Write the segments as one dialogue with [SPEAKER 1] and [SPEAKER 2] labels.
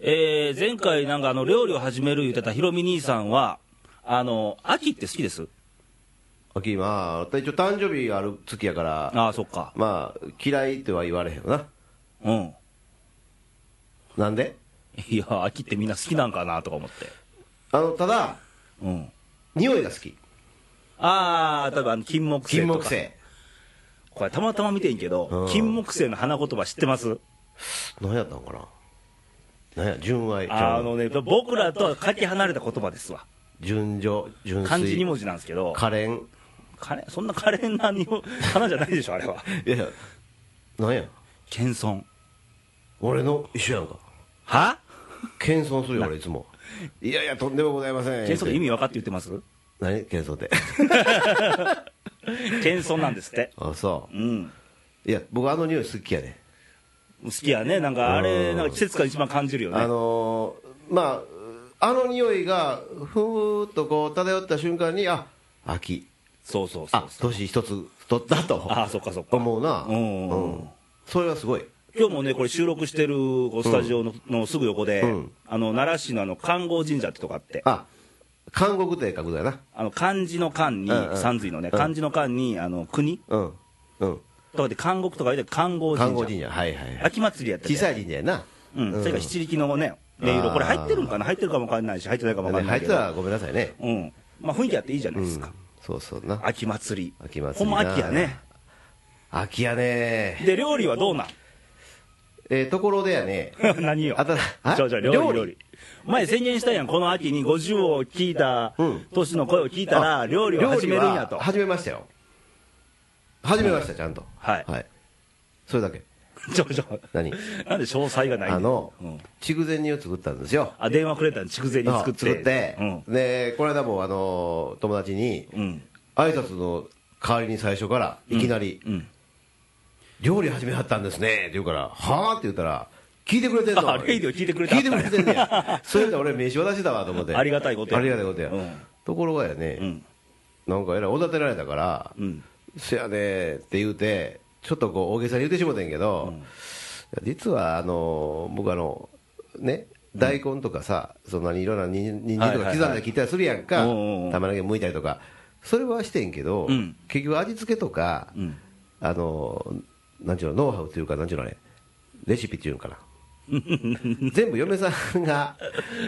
[SPEAKER 1] えー、前回なんかあの料理を始める言ってたひろみ兄さんは、あの、秋って好きです
[SPEAKER 2] 秋、まあ、一応誕生日がある月やから、
[SPEAKER 1] ああ、そっか。
[SPEAKER 2] まあ、嫌いとは言われへんよな。
[SPEAKER 1] うん。
[SPEAKER 2] なんで
[SPEAKER 1] いや、秋ってみんな好きなんかなとか思って。
[SPEAKER 2] あの、ただ、
[SPEAKER 1] うん。
[SPEAKER 2] 匂いが好き。
[SPEAKER 1] ああ、例えばあの、金木犀
[SPEAKER 2] 金
[SPEAKER 1] と
[SPEAKER 2] 木
[SPEAKER 1] か。
[SPEAKER 2] 犀。
[SPEAKER 1] これたまたま見てんけど、
[SPEAKER 2] うん
[SPEAKER 1] 金木犀の花言葉知ってます
[SPEAKER 2] 何やったんかな何や、純愛ちゃ
[SPEAKER 1] あ
[SPEAKER 2] うの
[SPEAKER 1] のね、僕らとはかけ離れた言葉ですわ。
[SPEAKER 2] 純情、純粋。
[SPEAKER 1] 漢字2文字なんですけど、
[SPEAKER 2] 可憐。
[SPEAKER 1] かれそんな可憐なにも 花じゃないでしょ、あれは。
[SPEAKER 2] いやいや、何や。
[SPEAKER 1] 謙遜。
[SPEAKER 2] 俺の一緒やんか。
[SPEAKER 1] は
[SPEAKER 2] 謙遜するよ、俺いつも。いやいや、とんでもございません。
[SPEAKER 1] 謙遜って意味分かって言ってます
[SPEAKER 2] 何謙遜って。
[SPEAKER 1] 謙遜なんですって。
[SPEAKER 2] あ、そ
[SPEAKER 1] うん。
[SPEAKER 2] う。いや、僕あの匂い好きやね。
[SPEAKER 1] 好きやね。なんかあれ、
[SPEAKER 2] うん
[SPEAKER 1] なんか季節感一番感じるよ
[SPEAKER 2] あ
[SPEAKER 1] ね。
[SPEAKER 2] のーまあ、あの匂いが、ふーっとこう漂った瞬間に、あ秋、
[SPEAKER 1] そうそうそう
[SPEAKER 2] あ。年一つ太ったと
[SPEAKER 1] ああ、そっかそっか。
[SPEAKER 2] 思うな、
[SPEAKER 1] うんうんうん
[SPEAKER 2] うんそれはすごい、
[SPEAKER 1] 今日もね、これ収録してるこうスタジオの,、のすぐ横で、
[SPEAKER 2] うん
[SPEAKER 1] あの、奈良市のあの、観光神社ってとこあって、
[SPEAKER 2] あ韓国帝角だよな、
[SPEAKER 1] あの、漢字の漢に、
[SPEAKER 2] うんうん
[SPEAKER 1] 三髄のね、
[SPEAKER 2] うん
[SPEAKER 1] 漢字の漢に、あの、国
[SPEAKER 2] うん、うん、
[SPEAKER 1] とかで、監獄とかで観光
[SPEAKER 2] 韓
[SPEAKER 1] 神
[SPEAKER 2] 国
[SPEAKER 1] 社。
[SPEAKER 2] 神社、はいはいはい、
[SPEAKER 1] 秋祭りやってて
[SPEAKER 2] 小さい神社やな、
[SPEAKER 1] うん。それから七力のね、音
[SPEAKER 2] あ
[SPEAKER 1] 色。
[SPEAKER 2] ー
[SPEAKER 1] これ入ってるんかな入ってるかもわかんないし、入ってないかもわかんな
[SPEAKER 2] 入
[SPEAKER 1] い
[SPEAKER 2] っ
[SPEAKER 1] け
[SPEAKER 2] た
[SPEAKER 1] ど。
[SPEAKER 2] らごめんなさいね、
[SPEAKER 1] うん。まあ、雰囲気あっていいじゃないですか。
[SPEAKER 2] そうそうな、
[SPEAKER 1] 秋祭り。
[SPEAKER 2] 秋祭り
[SPEAKER 1] ほんま
[SPEAKER 2] な
[SPEAKER 1] 秋やね。
[SPEAKER 2] 秋やね、
[SPEAKER 1] で、料理は どうなん
[SPEAKER 2] えーところでやね、
[SPEAKER 1] 何よ。
[SPEAKER 2] あたあ
[SPEAKER 1] じゃあじゃあ料理、料理。前宣言したやん、この秋に50を聞いた
[SPEAKER 2] うん、
[SPEAKER 1] 年の声を聞いたら、料理を始めるんや
[SPEAKER 2] 料理
[SPEAKER 1] と
[SPEAKER 2] は。始めましたよ始めましたちゃんと
[SPEAKER 1] はい
[SPEAKER 2] それだけ
[SPEAKER 1] ちょ、ちょ、
[SPEAKER 2] 何
[SPEAKER 1] なんで詳細がない
[SPEAKER 2] あの
[SPEAKER 1] うん
[SPEAKER 2] 筑前煮を作ったんですよ
[SPEAKER 1] あ、電話くれたの、筑前に作って。うん。
[SPEAKER 2] でこの間もあの友達に
[SPEAKER 1] うん。
[SPEAKER 2] 挨拶の代わりに最初からいきなり
[SPEAKER 1] うん。
[SPEAKER 2] 「料理始めはったんですね」って言うから「はあ?」って言ったら「聞いてくれてん
[SPEAKER 1] あ
[SPEAKER 2] の?」
[SPEAKER 1] レイディオ聞いてくれて
[SPEAKER 2] 聞
[SPEAKER 1] はっ
[SPEAKER 2] いて
[SPEAKER 1] たん
[SPEAKER 2] く
[SPEAKER 1] や
[SPEAKER 2] れてんねやそういったら俺名刺渡しだわと思って
[SPEAKER 1] ありがたいことや
[SPEAKER 2] ありがたいことや
[SPEAKER 1] うん
[SPEAKER 2] ところがや
[SPEAKER 1] う
[SPEAKER 2] ね
[SPEAKER 1] ん。
[SPEAKER 2] なんかえらいおだてられたから
[SPEAKER 1] うん。
[SPEAKER 2] せやねって言うて、ちょっとこう大げさに言うてしもてんけど、実はあの僕あの、ね、大根とかさ、そんなにいろんなにんにん
[SPEAKER 1] はい
[SPEAKER 2] と
[SPEAKER 1] はいは
[SPEAKER 2] か
[SPEAKER 1] い
[SPEAKER 2] 刻んだり切ったりするやんか、
[SPEAKER 1] おうおうおう
[SPEAKER 2] 玉ねぎ剥いたりとか、それはしてんけど、
[SPEAKER 1] うん
[SPEAKER 2] 結局、味付けとか、
[SPEAKER 1] うん。
[SPEAKER 2] あのなんちゅうの、ノウハウというか、なんちゅうのあれ、レシピっていう んかな、全部嫁さんが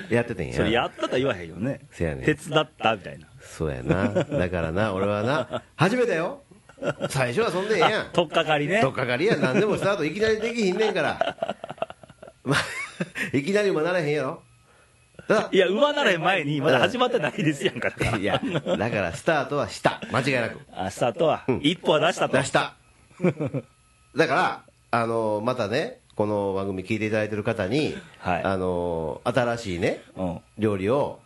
[SPEAKER 2] やっててんや。
[SPEAKER 1] それやったとは言わへんよね。
[SPEAKER 2] せやね
[SPEAKER 1] 手伝ったみたいな。
[SPEAKER 2] そうやな、だからな、俺はな、初めてよ、最初はそんでええやん。
[SPEAKER 1] とっかかりね
[SPEAKER 2] と。っかかりや、何でもスタート、いきなりできひんねんから、まあ、い きなりもならへんやろ、だ
[SPEAKER 1] いや、馬ならへん前に、まだ始まってないですやんか
[SPEAKER 2] いや、だからスタートはした、間違いなく、
[SPEAKER 1] ら。あ、スタートは、一歩は出したと
[SPEAKER 2] 出。した、だから、あのまたね、この番組聞いていただいてる方に、
[SPEAKER 1] はい
[SPEAKER 2] あの新しいね、
[SPEAKER 1] うん。
[SPEAKER 2] 料理を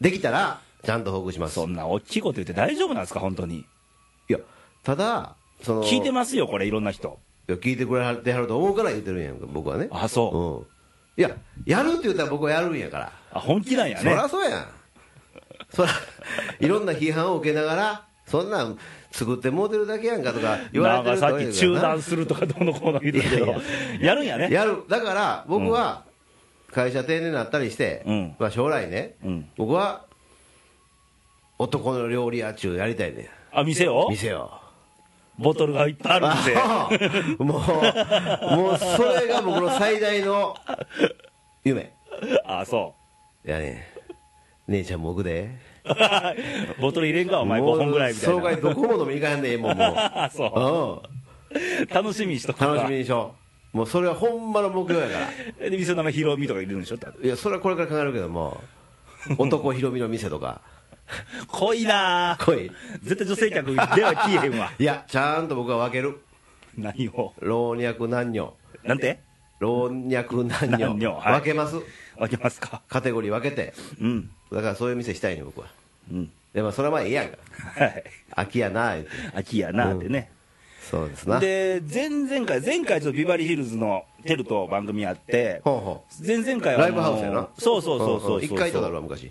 [SPEAKER 2] できたら、ちゃんと報告します。
[SPEAKER 1] そんな大きいこと言って大丈夫なんですか、本当に。
[SPEAKER 2] いやただその
[SPEAKER 1] 聞いてますよ、これ、いろんな人。
[SPEAKER 2] いや聞いてくれてはると思うから言ってるんやんか僕はね
[SPEAKER 1] あ、そう。
[SPEAKER 2] うんいややるって言ったら僕はやるんやから
[SPEAKER 1] あ、本気なんや
[SPEAKER 2] そり
[SPEAKER 1] ね。
[SPEAKER 2] ゃそうやんそらいろんな批判を受けながらそんなん作ってもうてるだけやんかとか言
[SPEAKER 1] な
[SPEAKER 2] わ
[SPEAKER 1] ん
[SPEAKER 2] れて
[SPEAKER 1] か
[SPEAKER 2] る
[SPEAKER 1] さ
[SPEAKER 2] と
[SPEAKER 1] っ
[SPEAKER 2] ね
[SPEAKER 1] き中断するとかどうのこうの言ってたけど、
[SPEAKER 2] いや
[SPEAKER 1] やるんやね。
[SPEAKER 2] やるだから僕は会社定年になったりして、
[SPEAKER 1] うん
[SPEAKER 2] まあ、将来ね、
[SPEAKER 1] うん
[SPEAKER 2] 僕は男の料理屋っちゅうやりたいね
[SPEAKER 1] あ、店を
[SPEAKER 2] 店を
[SPEAKER 1] ボトルがいっぱいあるんで。
[SPEAKER 2] あ もうもうそれが僕の最大の夢
[SPEAKER 1] あ、そ
[SPEAKER 2] いやね姉ちゃんも奥で
[SPEAKER 1] う。ボトル入れんか、お前
[SPEAKER 2] もう
[SPEAKER 1] 5本ぐらいみたい
[SPEAKER 2] 爽快
[SPEAKER 1] な。
[SPEAKER 2] どこも飲みに行かんでええもんもう
[SPEAKER 1] あ、そう。
[SPEAKER 2] う
[SPEAKER 1] 楽しみにしとく
[SPEAKER 2] ん楽しみにしようもうそれはほんまの目標やから
[SPEAKER 1] で、店の名前、ひろみとか入れるんでしょ多分
[SPEAKER 2] いやそれはこれから考えるけども男ひろみの店とか
[SPEAKER 1] 濃いなぁ。
[SPEAKER 2] 来い
[SPEAKER 1] 絶対女性客では消えへんわ。
[SPEAKER 2] いやちゃんと僕は分ける
[SPEAKER 1] 何を。
[SPEAKER 2] 老若男女
[SPEAKER 1] なんて
[SPEAKER 2] 老若男女
[SPEAKER 1] 男女はい
[SPEAKER 2] 分けます
[SPEAKER 1] 分けますか。
[SPEAKER 2] カテゴリー分けて
[SPEAKER 1] うん。
[SPEAKER 2] だからそういう店したいね僕は
[SPEAKER 1] うん。
[SPEAKER 2] でもそれはまあええやんか
[SPEAKER 1] はい。
[SPEAKER 2] 秋やな言うて
[SPEAKER 1] 秋やなってね。
[SPEAKER 2] そうですな
[SPEAKER 1] で、前々回、前回ちょっとビバリーヒルズのテルと番組あって、
[SPEAKER 2] ほうほ
[SPEAKER 1] 前々
[SPEAKER 2] う
[SPEAKER 1] 回はあの
[SPEAKER 2] ライブハウスやな
[SPEAKER 1] そうそうそうそう。
[SPEAKER 2] んん一回行っただろ昔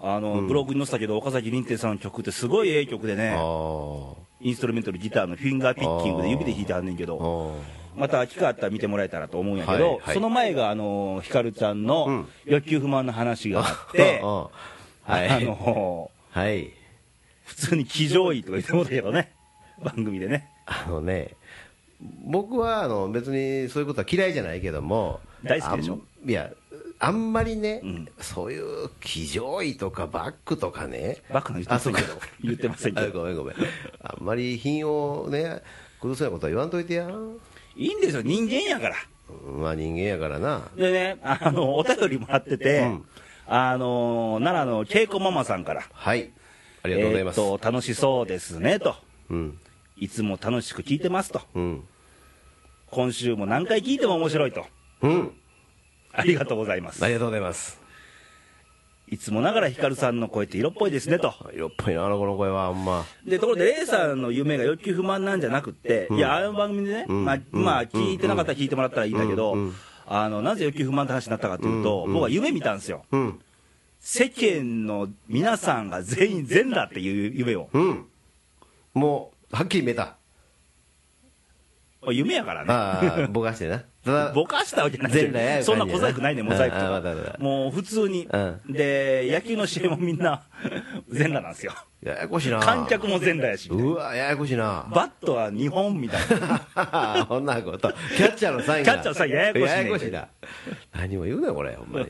[SPEAKER 1] あの、ブログに載せたけど、岡崎凛亭さんの曲ってすごいええ曲で
[SPEAKER 2] あ
[SPEAKER 1] ね、
[SPEAKER 2] あ
[SPEAKER 1] インストルメンタルギターのフィンガーピッキングで指で弾いてはんねんけど、
[SPEAKER 2] あ
[SPEAKER 1] また機会あったら見てもらえたらと思うんやけど、
[SPEAKER 2] はいはい
[SPEAKER 1] その前が、あのひかるちゃん
[SPEAKER 2] う
[SPEAKER 1] の
[SPEAKER 2] ん
[SPEAKER 1] 欲求不満の話があ って、
[SPEAKER 2] うんうんは
[SPEAKER 1] あ
[SPEAKER 2] い。
[SPEAKER 1] の
[SPEAKER 2] はい。
[SPEAKER 1] 普通に騎乗位とか言ってもらったけどね、番組でね、
[SPEAKER 2] あのね、僕はあの別にそういうことは嫌いじゃないけども、
[SPEAKER 1] 大好きでしょ
[SPEAKER 2] あんいや、あんまりね、
[SPEAKER 1] うん
[SPEAKER 2] そういう騎乗位とかバックとかね、
[SPEAKER 1] バックの言って
[SPEAKER 2] あ
[SPEAKER 1] ませ
[SPEAKER 2] そうんか
[SPEAKER 1] けど、言ってませんけ
[SPEAKER 2] あ
[SPEAKER 1] ど、
[SPEAKER 2] ごめんごめん、あんまり品をね、崩すようなことは言わんといてや、
[SPEAKER 1] いいんですよ、人間やから。
[SPEAKER 2] まあ人間やからな、
[SPEAKER 1] でね、あ の、お便りもらってて、
[SPEAKER 2] うん
[SPEAKER 1] あの、奈良の恵子ママさんから、
[SPEAKER 2] はい、あ
[SPEAKER 1] あ
[SPEAKER 2] りがとうございます。
[SPEAKER 1] と、楽しそうですね、と。
[SPEAKER 2] うん
[SPEAKER 1] いつも楽しく聞いてますと。
[SPEAKER 2] うん
[SPEAKER 1] 今週も何回聞いても面白いと。
[SPEAKER 2] うん、
[SPEAKER 1] ありがとうございます
[SPEAKER 2] あ。りがとうございます。
[SPEAKER 1] いつもながらヒカルさんの声って色っぽいですね、と。
[SPEAKER 2] 色っぽいな、あの子の声は、あんま。
[SPEAKER 1] で、ところで、レイさんの夢が欲求不満なんじゃなくって、いや、あの番組でね、
[SPEAKER 2] うん
[SPEAKER 1] まあ、
[SPEAKER 2] うん
[SPEAKER 1] まあ、聞いてなかったら聞いてもらったらいいんだけど、
[SPEAKER 2] うんうん
[SPEAKER 1] あの、なぜ欲求不満って話になったかというと、
[SPEAKER 2] うん
[SPEAKER 1] 僕は夢見たんですよ。
[SPEAKER 2] うん、
[SPEAKER 1] 世間の皆さんが全員全裸っていう夢を。
[SPEAKER 2] うん、もう、はっきり見えた。
[SPEAKER 1] 夢やからね。
[SPEAKER 2] ああ、ぼかしてな。ただ、
[SPEAKER 1] ぼかしたわけない
[SPEAKER 2] 全裸やいう感じ
[SPEAKER 1] そんな小細工ないね、モザイクと
[SPEAKER 2] ああわ
[SPEAKER 1] か
[SPEAKER 2] かるわか。る
[SPEAKER 1] もう普通に
[SPEAKER 2] う。
[SPEAKER 1] で、野球の試合もみんな 全裸なんですよ。
[SPEAKER 2] ややこしいな。
[SPEAKER 1] 観客も全裸やし。みたいう
[SPEAKER 2] わ、ややこしいな。
[SPEAKER 1] なバットは日本みたいな。
[SPEAKER 2] こんなこと。キャッチャーのサインが
[SPEAKER 1] キャッチャーのサインややこしいね
[SPEAKER 2] ややこしいな。何も言うなよ、これ、ほんまに。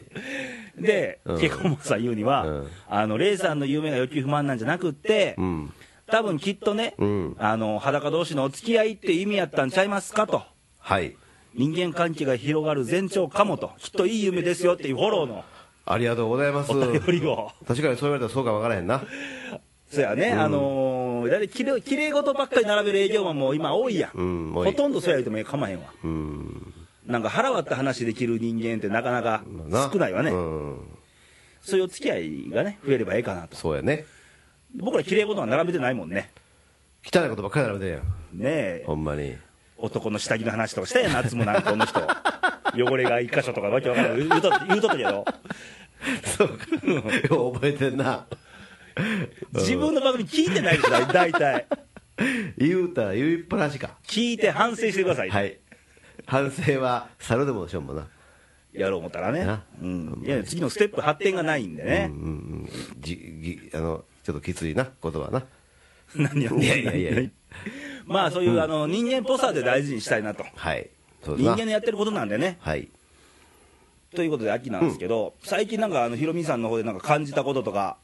[SPEAKER 1] で
[SPEAKER 2] うん、
[SPEAKER 1] ケコモさん言うに
[SPEAKER 2] う
[SPEAKER 1] は
[SPEAKER 2] ん、
[SPEAKER 1] あの、レイさんの夢が欲求不満なんじゃなくって
[SPEAKER 2] う、ん。
[SPEAKER 1] 多分きっとね
[SPEAKER 2] うん、
[SPEAKER 1] あの、裸同士のお付き合いって意味やったんちゃいますかと。
[SPEAKER 2] はい。
[SPEAKER 1] 人間関係が広がる前兆かもと。きっといい夢ですよっていうフォローの
[SPEAKER 2] ありがとうございます。
[SPEAKER 1] お便りを。
[SPEAKER 2] 確かにそう言われたらそうかわからへんな。
[SPEAKER 1] そうやね、あのー、だいたいきれきれい事ばっかり並べる営業マンも今多いやん、
[SPEAKER 2] うん多い
[SPEAKER 1] ほとんどそうや言うてもええかまへんわ、
[SPEAKER 2] うん。
[SPEAKER 1] なんか腹割った話できる人間ってなかなか
[SPEAKER 2] な
[SPEAKER 1] 少ないわね、
[SPEAKER 2] うん。
[SPEAKER 1] そういうお付き合いがね、増えればええかなと、
[SPEAKER 2] そうやね。
[SPEAKER 1] 僕らきれい事は並べてないもんね、
[SPEAKER 2] 汚いことばっかり並べてるやん。
[SPEAKER 1] ねえ、
[SPEAKER 2] ほんまに。
[SPEAKER 1] 男の下着の話とかしたやん、夏もなんかこ の人、汚れが一箇所とかわけわからんない言うと言うとったけど、
[SPEAKER 2] そうか。よう覚えてんな。
[SPEAKER 1] 自分の番組聞いてないでしょ、大体、
[SPEAKER 2] 言うたら言いっぱなしか。
[SPEAKER 1] 聞いて反省してください、
[SPEAKER 2] はい。反省は猿でもしょうもな。
[SPEAKER 1] やろう思ったらね
[SPEAKER 2] な、
[SPEAKER 1] うん、いや次のステップ、発展がないんでね。
[SPEAKER 2] うんうんうん。じ、ぎ、あの、ちょっときついな、言葉な。
[SPEAKER 1] 何や
[SPEAKER 2] いやいやいやいや
[SPEAKER 1] まあそういう、あの人間っぽさで大事にしたいなと
[SPEAKER 2] はい。そうです
[SPEAKER 1] 人
[SPEAKER 2] な。
[SPEAKER 1] 間のやってることなんでね
[SPEAKER 2] はい。
[SPEAKER 1] ということで秋なんですけど、最近なんかあのひろみさんの方でなんか感じたこととか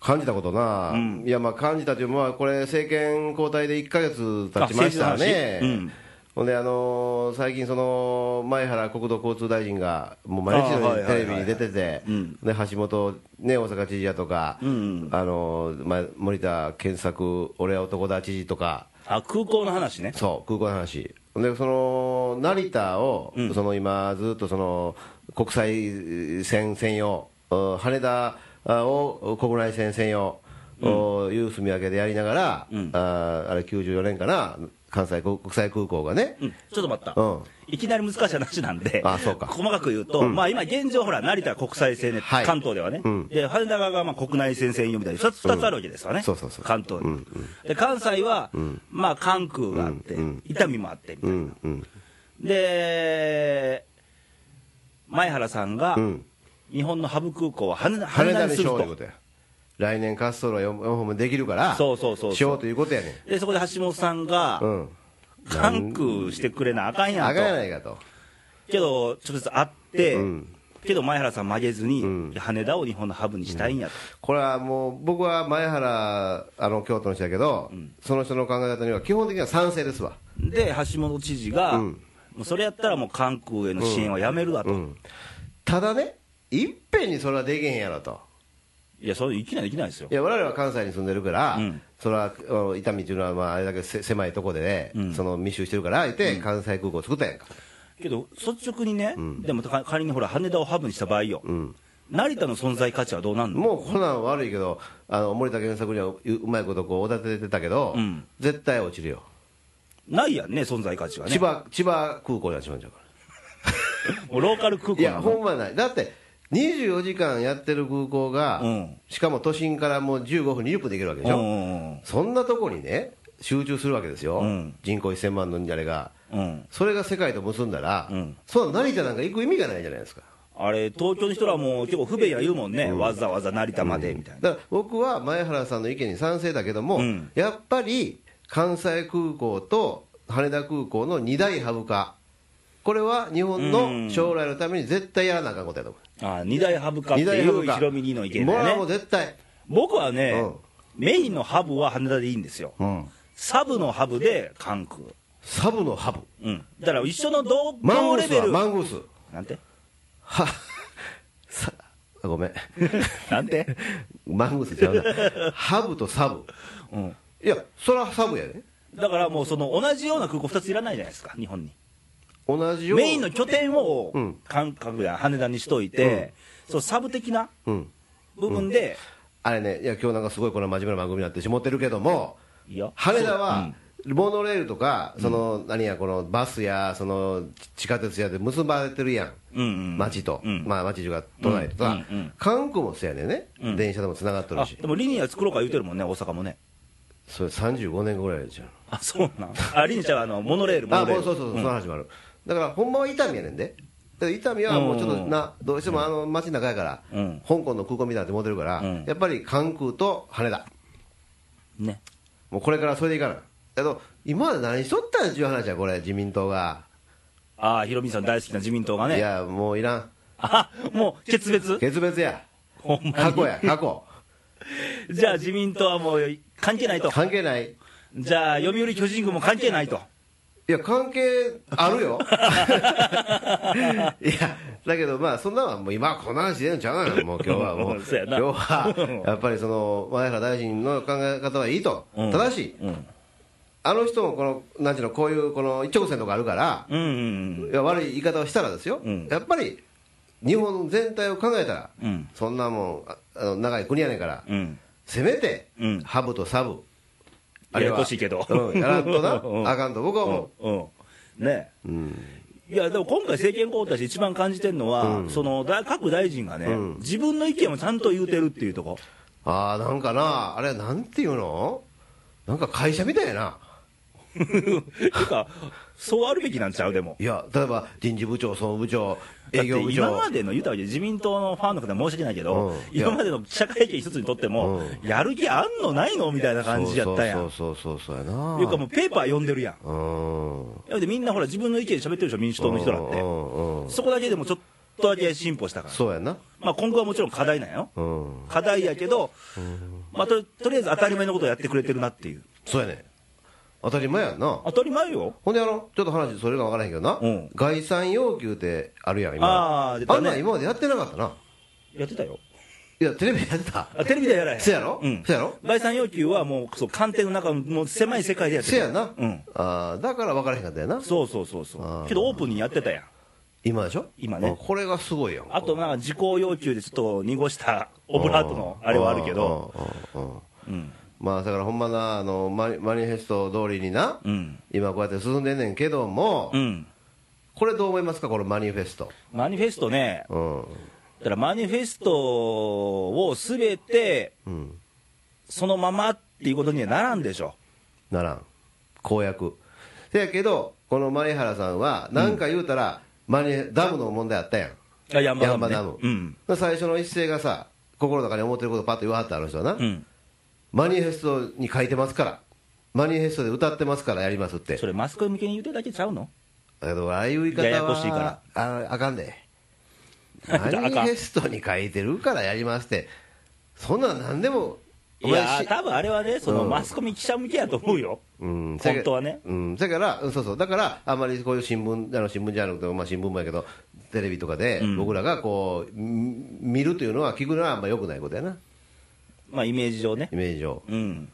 [SPEAKER 2] 感じたことな、
[SPEAKER 1] うん
[SPEAKER 2] いやまあ感じたというのは、これ、政権交代で1か月経ちました
[SPEAKER 1] あ政
[SPEAKER 2] ね
[SPEAKER 1] 治、の話うん
[SPEAKER 2] ほんで、あのー最近、その前原国土交通大臣が、もう毎日のよう
[SPEAKER 1] あ
[SPEAKER 2] に
[SPEAKER 1] ー
[SPEAKER 2] テ
[SPEAKER 1] はいはいはい
[SPEAKER 2] レビに出てて、
[SPEAKER 1] うん
[SPEAKER 2] で橋本、ね、大阪知事やとか、
[SPEAKER 1] うんうん
[SPEAKER 2] あのーまあ、森田健作、俺は男だ知事とか、
[SPEAKER 1] あ空港の話ね
[SPEAKER 2] そう、空港の話。でその成田を、
[SPEAKER 1] うん
[SPEAKER 2] その今、ずっとその国際線専用、うん羽田を国内線専用、うん、いう住み分けでやりながら、
[SPEAKER 1] うん
[SPEAKER 2] あーあれ、94年かな、関西国国際空港がね、
[SPEAKER 1] うん、ちょっと待った、
[SPEAKER 2] うん
[SPEAKER 1] いきなり難しい話なんで、
[SPEAKER 2] あそうか
[SPEAKER 1] 細かく言うと、まあ、今、現状、ほら、成田国際線で、
[SPEAKER 2] はい
[SPEAKER 1] 関東ではね、
[SPEAKER 2] うん
[SPEAKER 1] で羽田がまあ国内線専用みたいな、2つ二つあるわけですよね、
[SPEAKER 2] そうそうそう
[SPEAKER 1] 関東に
[SPEAKER 2] うん
[SPEAKER 1] で関西は、まあ、関空があって、
[SPEAKER 2] うんうん
[SPEAKER 1] 伊丹もあってみたいな
[SPEAKER 2] うんうん
[SPEAKER 1] で、前原さんが、
[SPEAKER 2] うん、
[SPEAKER 1] 日本の羽生空港は羽田羽
[SPEAKER 2] 羽
[SPEAKER 1] 田
[SPEAKER 2] 田
[SPEAKER 1] にす
[SPEAKER 2] にし
[SPEAKER 1] る。
[SPEAKER 2] ようということとや、来年、滑走路 4, 本もできるから、
[SPEAKER 1] そうそうそうそう
[SPEAKER 2] しようということやねん、
[SPEAKER 1] で、そこで橋本さんが、
[SPEAKER 2] うん、
[SPEAKER 1] 関空してくれなあかんや
[SPEAKER 2] あ
[SPEAKER 1] ん
[SPEAKER 2] かんや
[SPEAKER 1] と。
[SPEAKER 2] ないかと、
[SPEAKER 1] けど、直接会って、
[SPEAKER 2] うん
[SPEAKER 1] けど前原さん曲げずに、
[SPEAKER 2] ん
[SPEAKER 1] 羽田を日本のハブにしたいんやと。
[SPEAKER 2] これはもう、僕は前原あの京都の人やけど、その人の考え方には基本的には賛成ですわ、
[SPEAKER 1] で、橋本知事が、
[SPEAKER 2] うん
[SPEAKER 1] もうそれやったらもう関空への支援はやめるわと。
[SPEAKER 2] うん、ただね、いっぺんにそれはできへんやろと、
[SPEAKER 1] いや、それいきなりできないですよ
[SPEAKER 2] い。や我々は関西に住んでるから、
[SPEAKER 1] うん
[SPEAKER 2] それはあの伊丹っていうのは、まあ、あれだけせ狭いとこでね、
[SPEAKER 1] うん
[SPEAKER 2] その密集してるから、あえて関西空港作ったやんか、
[SPEAKER 1] けど、率直にね、でもか仮にほら、羽田をハブにした場合よ、
[SPEAKER 2] ん
[SPEAKER 1] 成田の存在価値はどうなんの
[SPEAKER 2] もうこんなん悪いけど、あの森田健作にはううまいことこうおだててたけど、
[SPEAKER 1] うん
[SPEAKER 2] 絶対落ちるよ、
[SPEAKER 1] ないやんね、存在価値はね。
[SPEAKER 2] 千葉千葉空港になっちまうんちゃうから。
[SPEAKER 1] もうローカル空港
[SPEAKER 2] いや、
[SPEAKER 1] なの
[SPEAKER 2] ほんまない、だって24時間やってる空港が、
[SPEAKER 1] うん
[SPEAKER 2] しかも都心からもう15分、20分できるわけでし
[SPEAKER 1] う
[SPEAKER 2] ょ、
[SPEAKER 1] んうんうん
[SPEAKER 2] そんなとこにね、集中するわけですよ、
[SPEAKER 1] うん
[SPEAKER 2] 人口1000万のあれが、
[SPEAKER 1] うん、
[SPEAKER 2] それが世界と結んだら、
[SPEAKER 1] うん
[SPEAKER 2] そんな成田なんか行く意味がないじゃないですか。
[SPEAKER 1] あれ、東京の人らも結構不便や言うもんね、わざわざ成田までみたいな、
[SPEAKER 2] だから僕は前原さんの意見に賛成だけども、
[SPEAKER 1] うん
[SPEAKER 2] やっぱり関西空港と羽田空港の2大ハブ化、これは日本の将来のために絶対やらなあかんことやと思う、
[SPEAKER 1] あ二大ハブかって
[SPEAKER 2] 二大
[SPEAKER 1] い
[SPEAKER 2] ハ
[SPEAKER 1] う
[SPEAKER 2] ブ化
[SPEAKER 1] ヒロミ兄の意見
[SPEAKER 2] もう
[SPEAKER 1] だ
[SPEAKER 2] も
[SPEAKER 1] よ
[SPEAKER 2] う
[SPEAKER 1] ね、
[SPEAKER 2] 絶対、
[SPEAKER 1] 僕はね、
[SPEAKER 2] うん
[SPEAKER 1] メインのハブは羽田でいいんですよ、サブのハブで関空、
[SPEAKER 2] サブのハブ、
[SPEAKER 1] うん、だから一緒の同
[SPEAKER 2] マン
[SPEAKER 1] 同
[SPEAKER 2] ゴー
[SPEAKER 1] レ
[SPEAKER 2] ス
[SPEAKER 1] ベ
[SPEAKER 2] は
[SPEAKER 1] ル、
[SPEAKER 2] マンゴース、
[SPEAKER 1] なん て、
[SPEAKER 2] はさあごめん、
[SPEAKER 1] なんて、
[SPEAKER 2] マンゴースちゃうな、ハブとサブ、
[SPEAKER 1] うん、
[SPEAKER 2] いや、それはサブやで、
[SPEAKER 1] だからもうその同じような空港2ついらないじゃないですか、日本に。
[SPEAKER 2] 同じよう
[SPEAKER 1] メインの拠点を
[SPEAKER 2] うん
[SPEAKER 1] 韓国や羽田にしといて、そうサブ的な
[SPEAKER 2] うん、
[SPEAKER 1] 部分で、
[SPEAKER 2] あれね、いや、今日なんかすごいこの真面目な番組になってしもってるけども、
[SPEAKER 1] いや
[SPEAKER 2] 羽田
[SPEAKER 1] そう
[SPEAKER 2] は、モノレールとか、その何や、このバスやその地下鉄やで結ばれてるやん、
[SPEAKER 1] うんうん
[SPEAKER 2] 街と、
[SPEAKER 1] うん
[SPEAKER 2] まあ、街中が都内とか、
[SPEAKER 1] うんうんうん
[SPEAKER 2] 韓国もそうやねんね、
[SPEAKER 1] うん
[SPEAKER 2] 電車でもつながってる
[SPEAKER 1] あ
[SPEAKER 2] し、
[SPEAKER 1] でもリニア作ろうか言うてるもんね、大阪もね。
[SPEAKER 2] それ35年後ぐらいじゃん、
[SPEAKER 1] あそう なんあリニアちゃうあのモノレール、モ
[SPEAKER 2] あ
[SPEAKER 1] ノレール。
[SPEAKER 2] もうそうそうそう、
[SPEAKER 1] ん
[SPEAKER 2] その話もある、だから、ほんまは伊丹やねんで、だから伊丹はもうちょっとな、どうしてもあの街の中やから、
[SPEAKER 1] うん
[SPEAKER 2] 香港の空港みたいになって持ってるから、
[SPEAKER 1] うん
[SPEAKER 2] やっぱり関空と羽田。
[SPEAKER 1] ね、
[SPEAKER 2] もうこれからそれでいかない。けど、今まで何しとったんちゅう話や、これ、自民党が。
[SPEAKER 1] ああ、ヒロミさん大好きな自民党が
[SPEAKER 2] い
[SPEAKER 1] ね、
[SPEAKER 2] や、もういらん。
[SPEAKER 1] あもう決別、
[SPEAKER 2] 決別や。
[SPEAKER 1] ほんま
[SPEAKER 2] 過
[SPEAKER 1] に
[SPEAKER 2] 去や、過去。
[SPEAKER 1] じゃあ自民党はもう関係ないと、
[SPEAKER 2] 関係ない。
[SPEAKER 1] じゃあ読売巨人軍も関係ないと、
[SPEAKER 2] いや、関係あるよ。 いや、だけど、まあ、そんなのはもう今はこんな話でんちゃうのよ、もう今日はも う。
[SPEAKER 1] そうや
[SPEAKER 2] 今
[SPEAKER 1] な
[SPEAKER 2] 日は、やっぱりその、前原大臣の考え方はいいと。
[SPEAKER 1] うん
[SPEAKER 2] ただし、
[SPEAKER 1] うん、
[SPEAKER 2] あの人もこの、なんていうの、こういう、この一直線とかあるから、
[SPEAKER 1] うんうん
[SPEAKER 2] いや悪い言い方をしたらですよ、
[SPEAKER 1] うん
[SPEAKER 2] やっぱり日本全体を考えたら、
[SPEAKER 1] うん
[SPEAKER 2] そんなもんあ、あの長い国やねんから、
[SPEAKER 1] うん、うん、
[SPEAKER 2] せめて、
[SPEAKER 1] うん
[SPEAKER 2] ハブとサブ、
[SPEAKER 1] ややこしいけど、
[SPEAKER 2] うんやらんと
[SPEAKER 1] うん
[SPEAKER 2] な、あかんと、僕は思
[SPEAKER 1] うんうん、ね
[SPEAKER 2] う、うん
[SPEAKER 1] いやでも今回、政権交代して一番感じてるのは、そのだ各大臣がね、
[SPEAKER 2] うん
[SPEAKER 1] 自分の意見をちゃんと言うてるっていうとこ、
[SPEAKER 2] ああ、なんかな、あれ、なんていうの、なんか会社みたいやな、
[SPEAKER 1] てか、そうあるべきなんちゃう、でも。
[SPEAKER 2] いや、例えば人事部長、総務部長、営業部
[SPEAKER 1] だって今
[SPEAKER 2] 長
[SPEAKER 1] ま、での言うたわけで自民党のファンの方は申し訳ないけど、
[SPEAKER 2] うん
[SPEAKER 1] 今までの記者会見一つにとっても、
[SPEAKER 2] う
[SPEAKER 1] やる気あんのないのみたいな感じやったやん。
[SPEAKER 2] そうそうそうそうそうやな、
[SPEAKER 1] いうかもうペーパー読んでるやん。
[SPEAKER 2] うん、
[SPEAKER 1] だってみんなほら自分の意見で喋ってるでしょ、民主党の人らっ
[SPEAKER 2] う
[SPEAKER 1] て。
[SPEAKER 2] んうんうん
[SPEAKER 1] そこだけでもちょっとだけ進歩したから。
[SPEAKER 2] そうやな、
[SPEAKER 1] まあ今後はもちろん課題なんよ。
[SPEAKER 2] うん、
[SPEAKER 1] 課題やけど、まあととりあえず当たり前のことをやってくれてるなっていう。
[SPEAKER 2] そうやね、当たり前やんな。
[SPEAKER 1] 当たり前よ。
[SPEAKER 2] ほんであの、ちょっと話それが分からへんけどな、
[SPEAKER 1] うん
[SPEAKER 2] 概算要求ってあるやん、
[SPEAKER 1] あー出たね
[SPEAKER 2] あんなん今までやってなかったな。
[SPEAKER 1] やってたよ。
[SPEAKER 2] いや、テレビでやってた。
[SPEAKER 1] あテレビではやらへん。
[SPEAKER 2] せやろ
[SPEAKER 1] うん。
[SPEAKER 2] せやろ
[SPEAKER 1] 概算要求はもう、そう、官邸の中の狭い世界でやってた
[SPEAKER 2] せやな。
[SPEAKER 1] うん。
[SPEAKER 2] あーだから分からへんかったやな。
[SPEAKER 1] そうそうそうそ
[SPEAKER 2] あ
[SPEAKER 1] う。
[SPEAKER 2] ー
[SPEAKER 1] けどオープンにやってたやん。
[SPEAKER 2] 今でしょ
[SPEAKER 1] 今ね
[SPEAKER 2] あこれがすごいやん。
[SPEAKER 1] あとなんか時効要求でちょっと濁したオブラートのあれはあるけど、
[SPEAKER 2] うん。うんうんうん
[SPEAKER 1] うん、
[SPEAKER 2] まあ、だからほんまな、あのマニマニフェスト通りにな、
[SPEAKER 1] うん、
[SPEAKER 2] 今こうやって進んでんねんけども、
[SPEAKER 1] うん、
[SPEAKER 2] これどう思いますか、このマニフェスト。
[SPEAKER 1] マニフェストね、
[SPEAKER 2] うん。
[SPEAKER 1] だからマニフェストをすべて
[SPEAKER 2] うん。
[SPEAKER 1] そのままっていうことにはならんでしょ、
[SPEAKER 2] ならん公約せやけどこの前原さんは何か言うたら、マニダムの問題あったやん
[SPEAKER 1] あヤン
[SPEAKER 2] ヤン
[SPEAKER 1] バ
[SPEAKER 2] バ
[SPEAKER 1] ダ
[SPEAKER 2] ダ
[SPEAKER 1] ム
[SPEAKER 2] ム
[SPEAKER 1] ね、うん、
[SPEAKER 2] 最初の一声がさ心の中に思ってることパッと言わはったあの人はな、
[SPEAKER 1] うん、
[SPEAKER 2] マニフェストに書いてますからマニフェストで歌ってますからやりますって
[SPEAKER 1] それ、マスコミ向けに言うてるだけちゃうの
[SPEAKER 2] だけどああいう言い方は
[SPEAKER 1] ややこしいから
[SPEAKER 2] ああかんで マ
[SPEAKER 1] あかん
[SPEAKER 2] ニフェストに書いてるからやりますってそんなん何でも
[SPEAKER 1] いやー、
[SPEAKER 2] し
[SPEAKER 1] 多分あれはね、その
[SPEAKER 2] うん
[SPEAKER 1] マスコミ記者向けやと思うよ、
[SPEAKER 2] うん、
[SPEAKER 1] 本当はね
[SPEAKER 2] うん、だから、うんそうそう、だから、あんまりこういう新聞、あの新聞じゃなくて、まあ、新聞もやけど、テレビとかで、
[SPEAKER 1] うん
[SPEAKER 2] 僕らがこう、ん見るというのは、聞くのはあんまよくないことやな、
[SPEAKER 1] まあ、イメージ上ね
[SPEAKER 2] イ。メージ上、
[SPEAKER 1] うん、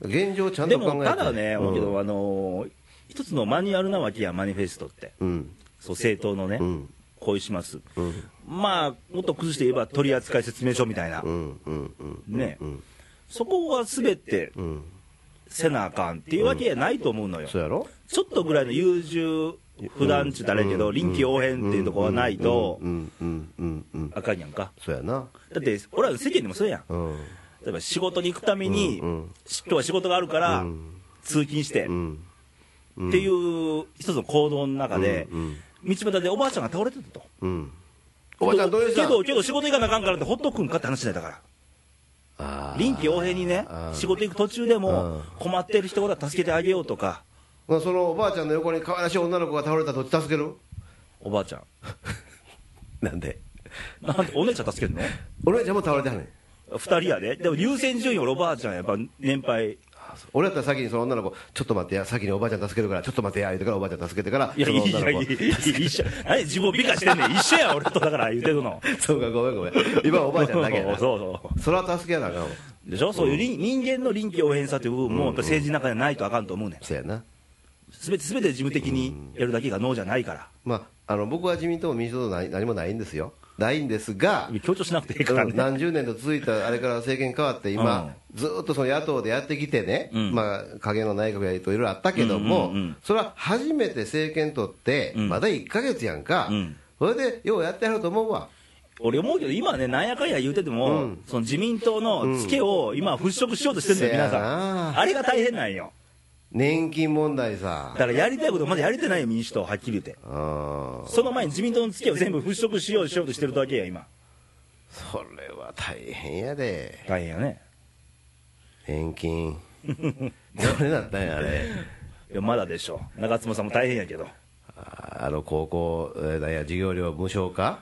[SPEAKER 2] 現状、ちゃん
[SPEAKER 1] で
[SPEAKER 2] と考えて
[SPEAKER 1] も、ただね、
[SPEAKER 2] うん
[SPEAKER 1] 思うけど、あのー一つのマニュアルなわけやん、マニフェストって、
[SPEAKER 2] うん、
[SPEAKER 1] そう政党のね、
[SPEAKER 2] うん、
[SPEAKER 1] こうします、
[SPEAKER 2] うん、
[SPEAKER 1] まあ、もっと崩して言えば取扱説明書みたいな、
[SPEAKER 2] うん、うん、うん、
[SPEAKER 1] ね、
[SPEAKER 2] うん、
[SPEAKER 1] そこはすべて
[SPEAKER 2] うん、
[SPEAKER 1] せなあかんっていうわけじゃないと思うのよ、
[SPEAKER 2] そうやろ
[SPEAKER 1] ちょっとぐらいの優柔不断っちゅうたらあれやけど、臨機応変っていうところはないと
[SPEAKER 2] うん、うん、うん、うん、
[SPEAKER 1] あかんやんか、
[SPEAKER 2] そうやな、
[SPEAKER 1] だって、俺らの世間でもそうやん、
[SPEAKER 2] うん、
[SPEAKER 1] 例えば仕事に行くために、
[SPEAKER 2] うんうん
[SPEAKER 1] し今日は仕事があるから、
[SPEAKER 2] うん
[SPEAKER 1] 通勤して
[SPEAKER 2] う、ん、
[SPEAKER 1] っていう一つの行動の中で、道端でおばあちゃんが倒れてたと。
[SPEAKER 2] うん。おばちゃんどうでした
[SPEAKER 1] けど、けど仕事行かなあかんからってほっとくんかって話だよだから。
[SPEAKER 2] あー
[SPEAKER 1] 臨機応変にね
[SPEAKER 2] あ、ー
[SPEAKER 1] 仕事行く途中で
[SPEAKER 2] うん
[SPEAKER 1] も、困ってる人が助けてあげようとか、
[SPEAKER 2] まあそのおばあちゃんの横に可愛らしい女の子が倒れたと助ける
[SPEAKER 1] おばあちゃん。
[SPEAKER 2] なんで
[SPEAKER 1] なんで、お姉ちゃん助けるの
[SPEAKER 2] 俺ちゃんも倒れてはんねん
[SPEAKER 1] 二人やで。でも優先順位俺おばあちゃんやっぱ年配。
[SPEAKER 2] 俺やったら先にその女の子ちょっと待ってや先におばあちゃん助けるからちょっと待ってや言うてからおばあちゃん助けてから
[SPEAKER 1] いや、
[SPEAKER 2] そ
[SPEAKER 1] いや
[SPEAKER 2] の
[SPEAKER 1] い
[SPEAKER 2] 女
[SPEAKER 1] や
[SPEAKER 2] の
[SPEAKER 1] いや、
[SPEAKER 2] 子
[SPEAKER 1] 一緒。何自分を美化してんねん。一緒や、俺とだから言うてるの。
[SPEAKER 2] そうかごめんごめん今はおばあちゃんだけやな
[SPEAKER 1] そうそう。
[SPEAKER 2] それは助けやなあかんわ
[SPEAKER 1] でしょそういうりん人間の臨機応変さという部分もやっぱ政治の中でないとあかんと思うねん。
[SPEAKER 2] そうやな
[SPEAKER 1] すべて、すべて事務的にやるだけがノーじゃないから。
[SPEAKER 2] まああの僕は自民党も民主党も何何もないんですよないんですが
[SPEAKER 1] 強調しなくていいから
[SPEAKER 2] うん
[SPEAKER 1] ね。
[SPEAKER 2] 何十年と続いたあれから政権変わって今、ずーっとその野党でやってきてね、
[SPEAKER 1] うん
[SPEAKER 2] まあ、影の内閣やりといろいろあったけども、
[SPEAKER 1] うんうんうん
[SPEAKER 2] それは初めて政権取って、
[SPEAKER 1] うん
[SPEAKER 2] まだ1か月やんか、
[SPEAKER 1] うん
[SPEAKER 2] それでようやってやろうと思うわ、
[SPEAKER 1] 俺思うけど、今ね、なんやかんや言うてても、
[SPEAKER 2] うん
[SPEAKER 1] その自民党のツケを今払拭しようとしてるんだよ、
[SPEAKER 2] せや
[SPEAKER 1] 皆さん。
[SPEAKER 2] な
[SPEAKER 1] あれが大変なんよ。
[SPEAKER 2] 年金問題さ
[SPEAKER 1] だ、からやりたいことまだやれてないよ、民主党、はっきり言って。
[SPEAKER 2] うん
[SPEAKER 1] その前に自民党のツケを全部払拭しようしようとしてるだけや、今。
[SPEAKER 2] それは大変やで、
[SPEAKER 1] 大変やね。
[SPEAKER 2] 年金、どれだったんや、あれ、
[SPEAKER 1] いや、まだでしょ。長妻さんも大変やけど。
[SPEAKER 2] ああの高校、えーなんや、授業料無償化、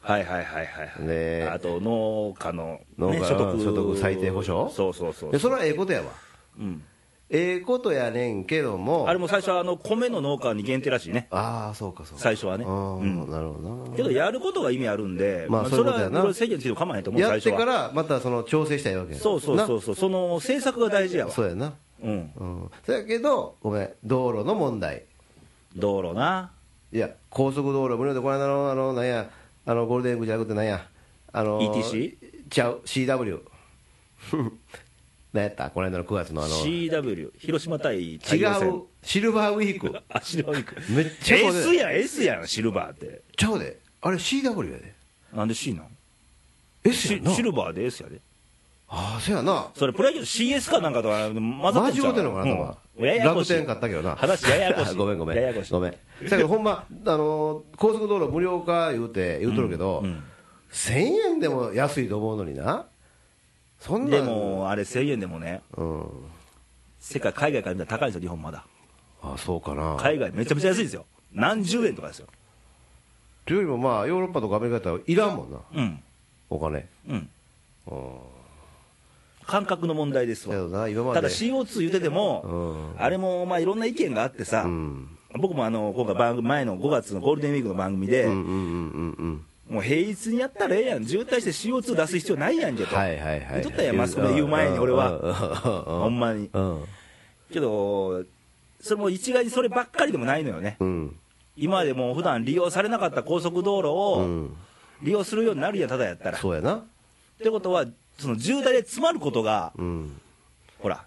[SPEAKER 1] はいはいはいはいはい。
[SPEAKER 2] ね
[SPEAKER 1] あと、農家の、
[SPEAKER 2] 農家
[SPEAKER 1] ね、所
[SPEAKER 2] うん
[SPEAKER 1] 得。
[SPEAKER 2] 所得最低保障
[SPEAKER 1] そうそうそう
[SPEAKER 2] でそれはええことやわ、
[SPEAKER 1] うん。
[SPEAKER 2] ええことやねんけども、
[SPEAKER 1] あれも最初は、あの、米の農家に限定らしいね。
[SPEAKER 2] ああそうかそうか
[SPEAKER 1] 最初はね
[SPEAKER 2] あー
[SPEAKER 1] うん
[SPEAKER 2] なるほどな
[SPEAKER 1] けど、やることが意味あるんで、
[SPEAKER 2] まあそういうこと
[SPEAKER 1] それ
[SPEAKER 2] や
[SPEAKER 1] は、
[SPEAKER 2] な
[SPEAKER 1] 制限つけても構わへんと思う、
[SPEAKER 2] や
[SPEAKER 1] 最
[SPEAKER 2] っ
[SPEAKER 1] 初
[SPEAKER 2] て
[SPEAKER 1] は
[SPEAKER 2] か。らまたその調整したいわけや
[SPEAKER 1] そうそうそう
[SPEAKER 2] な
[SPEAKER 1] そう、その政策が大事やわ、
[SPEAKER 2] そうやな
[SPEAKER 1] うん、
[SPEAKER 2] うんそやけどごめん道路の問題
[SPEAKER 1] 道路な、
[SPEAKER 2] いや高速道路無料でこの間のあのなんやあのゴールデンウィークじゃなくてなんやあの
[SPEAKER 1] ETC?
[SPEAKER 2] ちゃう CW 何やったこの間の9月のあの
[SPEAKER 1] CW、広島対太陽
[SPEAKER 2] 違う
[SPEAKER 1] 戦、
[SPEAKER 2] シルバーウィーク
[SPEAKER 1] あシルバーウィーク、
[SPEAKER 2] めっちゃこれ
[SPEAKER 1] S や、S やん、シルバーって、
[SPEAKER 2] ちゃうであれ CW やで
[SPEAKER 1] なんで C なん
[SPEAKER 2] え
[SPEAKER 1] シ
[SPEAKER 2] やな
[SPEAKER 1] シルバーで S やで、
[SPEAKER 2] ああそうやな
[SPEAKER 1] それ、プロ野球 CS かなんかとか混ざってんちゃう
[SPEAKER 2] 間違うてんのかな頭
[SPEAKER 1] うんややこしい
[SPEAKER 2] 楽天買ったけどな
[SPEAKER 1] 話、ややこしい、
[SPEAKER 2] ごめんごめん
[SPEAKER 1] ややこしい、
[SPEAKER 2] ごめんだけどほんま、あのー高速道路無料化言うて言うとるけど、
[SPEAKER 1] うん
[SPEAKER 2] 1000円でも安いと思うのになそんなん
[SPEAKER 1] でも、あれ、1000円でもね、
[SPEAKER 2] うん
[SPEAKER 1] 世界、海外から見たら高いんですよ、日本まだ、
[SPEAKER 2] あそうかな
[SPEAKER 1] 海外、めちゃめちゃ安いですよ、何十円とかですよ、
[SPEAKER 2] というよりもまあヨーロッパとかアメリカだったらいらんもんな
[SPEAKER 1] うん、
[SPEAKER 2] お金
[SPEAKER 1] うん、
[SPEAKER 2] うん
[SPEAKER 1] 感覚の問題です
[SPEAKER 2] だけ
[SPEAKER 1] わ
[SPEAKER 2] ど。な今ま
[SPEAKER 1] た
[SPEAKER 2] で
[SPEAKER 1] だ CO2 言うてても
[SPEAKER 2] う、
[SPEAKER 1] あれもまあいろんな意見があってさ、
[SPEAKER 2] うん
[SPEAKER 1] 僕もあの今回番組、前の5月のゴールデンウィークの番組で、
[SPEAKER 2] うんうんうんうんうん
[SPEAKER 1] もう平日にやったらええやん、渋滞して CO2 出す必要ないやんけと、
[SPEAKER 2] はいはいはい
[SPEAKER 1] 言っとったやん、マスコミが言う前に俺は、
[SPEAKER 2] は
[SPEAKER 1] ほんまに。
[SPEAKER 2] うん
[SPEAKER 1] けど、それも一概にそればっかりでもないのよね、
[SPEAKER 2] うん
[SPEAKER 1] 今までもう普段利用されなかった高速道路
[SPEAKER 2] う
[SPEAKER 1] を
[SPEAKER 2] ん
[SPEAKER 1] 利用するようになるやん、ただやったら。っ
[SPEAKER 2] そうやな
[SPEAKER 1] てことは、その渋滞で詰まることが、
[SPEAKER 2] うん
[SPEAKER 1] ほら、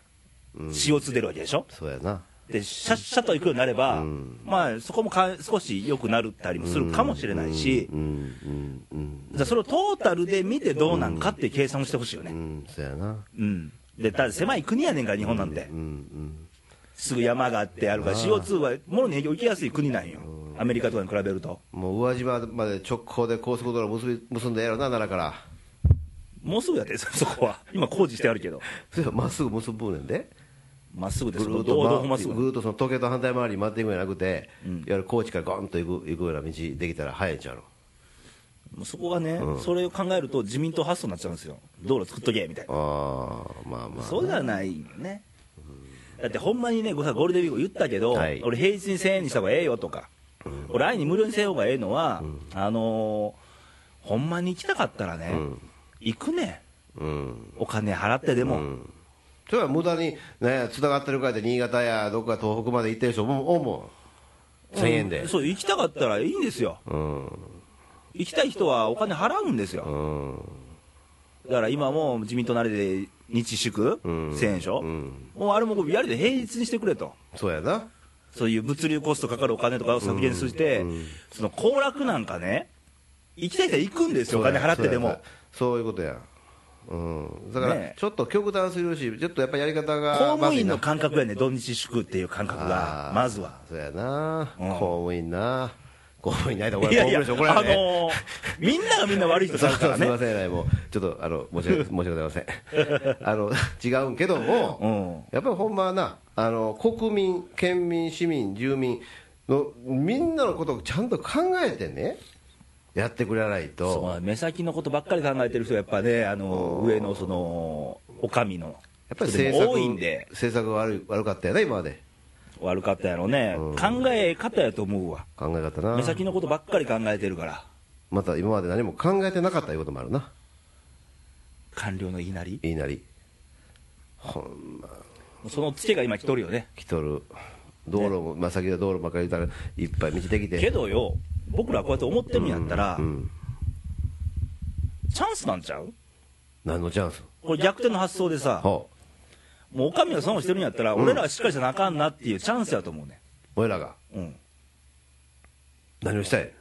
[SPEAKER 1] CO2 出るわけでしょ。
[SPEAKER 2] そうやな
[SPEAKER 1] でシャッシャと行くようになれば、
[SPEAKER 2] うん
[SPEAKER 1] まあ、そこもか少し良くなるったりもするかもしれないし、
[SPEAKER 2] うんうんうん
[SPEAKER 1] じゃあそれをトータルで見てどうなんかっていう計算をしてほしいよ
[SPEAKER 2] う
[SPEAKER 1] ね、
[SPEAKER 2] んそうやな
[SPEAKER 1] うん、でただ狭い国やねんから、日本なんて
[SPEAKER 2] う、ん
[SPEAKER 1] すぐ山があってあるから、CO2 はもろに影響受けやすい国なんよ、アメリカとかに比べると、
[SPEAKER 2] うんもう宇和島まで直行で高速道路結び結んでやろうな奈良から
[SPEAKER 1] もうすぐやって、 そそこは、今、工事してあるけど、
[SPEAKER 2] それまっすぐ結ぶねんで
[SPEAKER 1] まっすぐで
[SPEAKER 2] ぐ
[SPEAKER 1] す、
[SPEAKER 2] る
[SPEAKER 1] ど
[SPEAKER 2] ー
[SPEAKER 1] う
[SPEAKER 2] っと
[SPEAKER 1] どうま
[SPEAKER 2] ま
[SPEAKER 1] っす
[SPEAKER 2] ぐ
[SPEAKER 1] ぐ、
[SPEAKER 2] るーっとその時計と反対回りに回っていくんじゃなくて、いわゆる高知からゴンと行く行くような道できたら早いんちゃうの
[SPEAKER 1] もうそこがね、それを考えると、自民党発想になっちゃうんですよ、道路作っとけみたいな。
[SPEAKER 2] ああまあまあ
[SPEAKER 1] そうじゃないよね。だってほんまにね、ごさゴールデンウィーク言ったけど、
[SPEAKER 2] はい
[SPEAKER 1] 俺平日に1000円にした方がええよとか、俺愛に無料にせん方がええのは、あのーほんまに行きたかったらね、行くね
[SPEAKER 2] うん
[SPEAKER 1] お金払ってでも、
[SPEAKER 2] それは無駄にねつながってるからで新潟やどこか東北まで行ってる人も思うもん1000円で
[SPEAKER 1] そう行きたかったらいいんですよ
[SPEAKER 2] うん
[SPEAKER 1] 行きたい人はお金払うんですよ、
[SPEAKER 2] うん
[SPEAKER 1] だから今も自民党なれで日祝、
[SPEAKER 2] ん
[SPEAKER 1] 1000円でしょ、
[SPEAKER 2] うん
[SPEAKER 1] もうあれもやりで平日にしてくれと
[SPEAKER 2] そうやな
[SPEAKER 1] そういう物流コストかかるお金とかを削減して、その行楽なんかね、行きたい人は行くんですよ、お金払ってで
[SPEAKER 2] そうや
[SPEAKER 1] も
[SPEAKER 2] な。そういうことやうん、だから、
[SPEAKER 1] ねえ
[SPEAKER 2] ちょっと極端すぎるし、ちょっとやっぱりやり方
[SPEAKER 1] 公
[SPEAKER 2] が
[SPEAKER 1] 務員の感覚やね、土日祝っていう感覚が
[SPEAKER 2] あ、ー
[SPEAKER 1] まずは。
[SPEAKER 2] そうやな、
[SPEAKER 1] うん
[SPEAKER 2] 公務員な、公務員ないとこ
[SPEAKER 1] い
[SPEAKER 2] れ、
[SPEAKER 1] や
[SPEAKER 2] 公
[SPEAKER 1] いや、あ
[SPEAKER 2] 務員これやね、
[SPEAKER 1] のーみんながみんな悪い人
[SPEAKER 2] そ
[SPEAKER 1] だ
[SPEAKER 2] う
[SPEAKER 1] か
[SPEAKER 2] そう
[SPEAKER 1] ら
[SPEAKER 2] すみ
[SPEAKER 1] ね
[SPEAKER 2] ま。せん、ね、もうちょっとあの申し訳申し訳ございま せん、あの違うんけども、
[SPEAKER 1] うん
[SPEAKER 2] やっぱりほんまはなあの、国民、県民、市民、住民の、みんなのことをちゃんと考えてね、やってくれない
[SPEAKER 1] そ
[SPEAKER 2] と、
[SPEAKER 1] う目先のことばっかり考えてる人がやっぱね、あの上のその、お上の
[SPEAKER 2] やっぱり
[SPEAKER 1] 人で
[SPEAKER 2] 政策
[SPEAKER 1] も多いんで、
[SPEAKER 2] 政策が悪い悪かったよね、今まで、
[SPEAKER 1] 悪かったやろね、考え方やと思うわ、
[SPEAKER 2] 考え方な
[SPEAKER 1] 目、先のことばっかり考えてるから、
[SPEAKER 2] また今まで何も考えてなかったということもあるな、
[SPEAKER 1] 官僚の言いなり、
[SPEAKER 2] 言いなり。ほんま
[SPEAKER 1] そのツケが今来とるよね。
[SPEAKER 2] 来とる道路も、まあ、先は道路ばっかり言うたらいっぱい道できて
[SPEAKER 1] けどよ、僕らこうやって思ってるんやったら
[SPEAKER 2] う、ん、
[SPEAKER 1] チャンスなんちゃう
[SPEAKER 2] 何のチャンス
[SPEAKER 1] これ逆転の発想でさ、
[SPEAKER 2] ほう
[SPEAKER 1] もうお上が損をしてるんやったら、
[SPEAKER 2] うん
[SPEAKER 1] 俺らはしっかりしなあかんなっていうチャンスやと思うね。
[SPEAKER 2] 俺らが
[SPEAKER 1] うん。
[SPEAKER 2] 何をしたい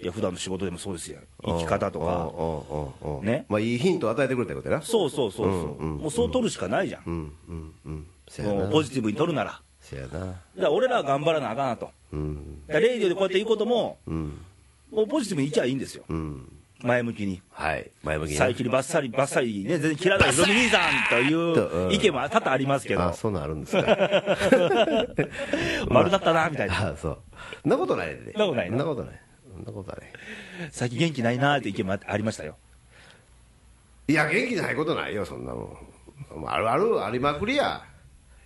[SPEAKER 1] いや、普段の仕事でもそうですよ。生き方とか。
[SPEAKER 2] うんうんうんうん
[SPEAKER 1] ね
[SPEAKER 2] まあ、いいヒントを与えてくれたよってことやな
[SPEAKER 1] そうそうそうそう。
[SPEAKER 2] うんうん
[SPEAKER 1] もうそう取るしかないじゃん。
[SPEAKER 2] うんうんうんせや
[SPEAKER 1] も
[SPEAKER 2] な
[SPEAKER 1] うポジティブに取るなら。だか
[SPEAKER 2] せやな
[SPEAKER 1] ら俺らは頑張らなあかんなと。だか
[SPEAKER 2] うん
[SPEAKER 1] らレイディオでこうやって言うことも、
[SPEAKER 2] うん
[SPEAKER 1] もうポジティブにいきゃいいんですよ。
[SPEAKER 2] うん
[SPEAKER 1] 前向きに。
[SPEAKER 2] はい前向きにな
[SPEAKER 1] 最近バッサリバッサリね、全然切らないヒロミ兄さんと いう意見も多々ありますけ
[SPEAKER 2] あ
[SPEAKER 1] ど、
[SPEAKER 2] そうなんあるんですか
[SPEAKER 1] 丸だったな、みたいな。
[SPEAKER 2] あそうそんなことないで
[SPEAKER 1] そんなことない
[SPEAKER 2] そ
[SPEAKER 1] なん
[SPEAKER 2] なことないそんなことない
[SPEAKER 1] 最近元気ないなーって意見もありましたよ。
[SPEAKER 2] いや元気ないことないよそんなもんもうあるあるありまくりや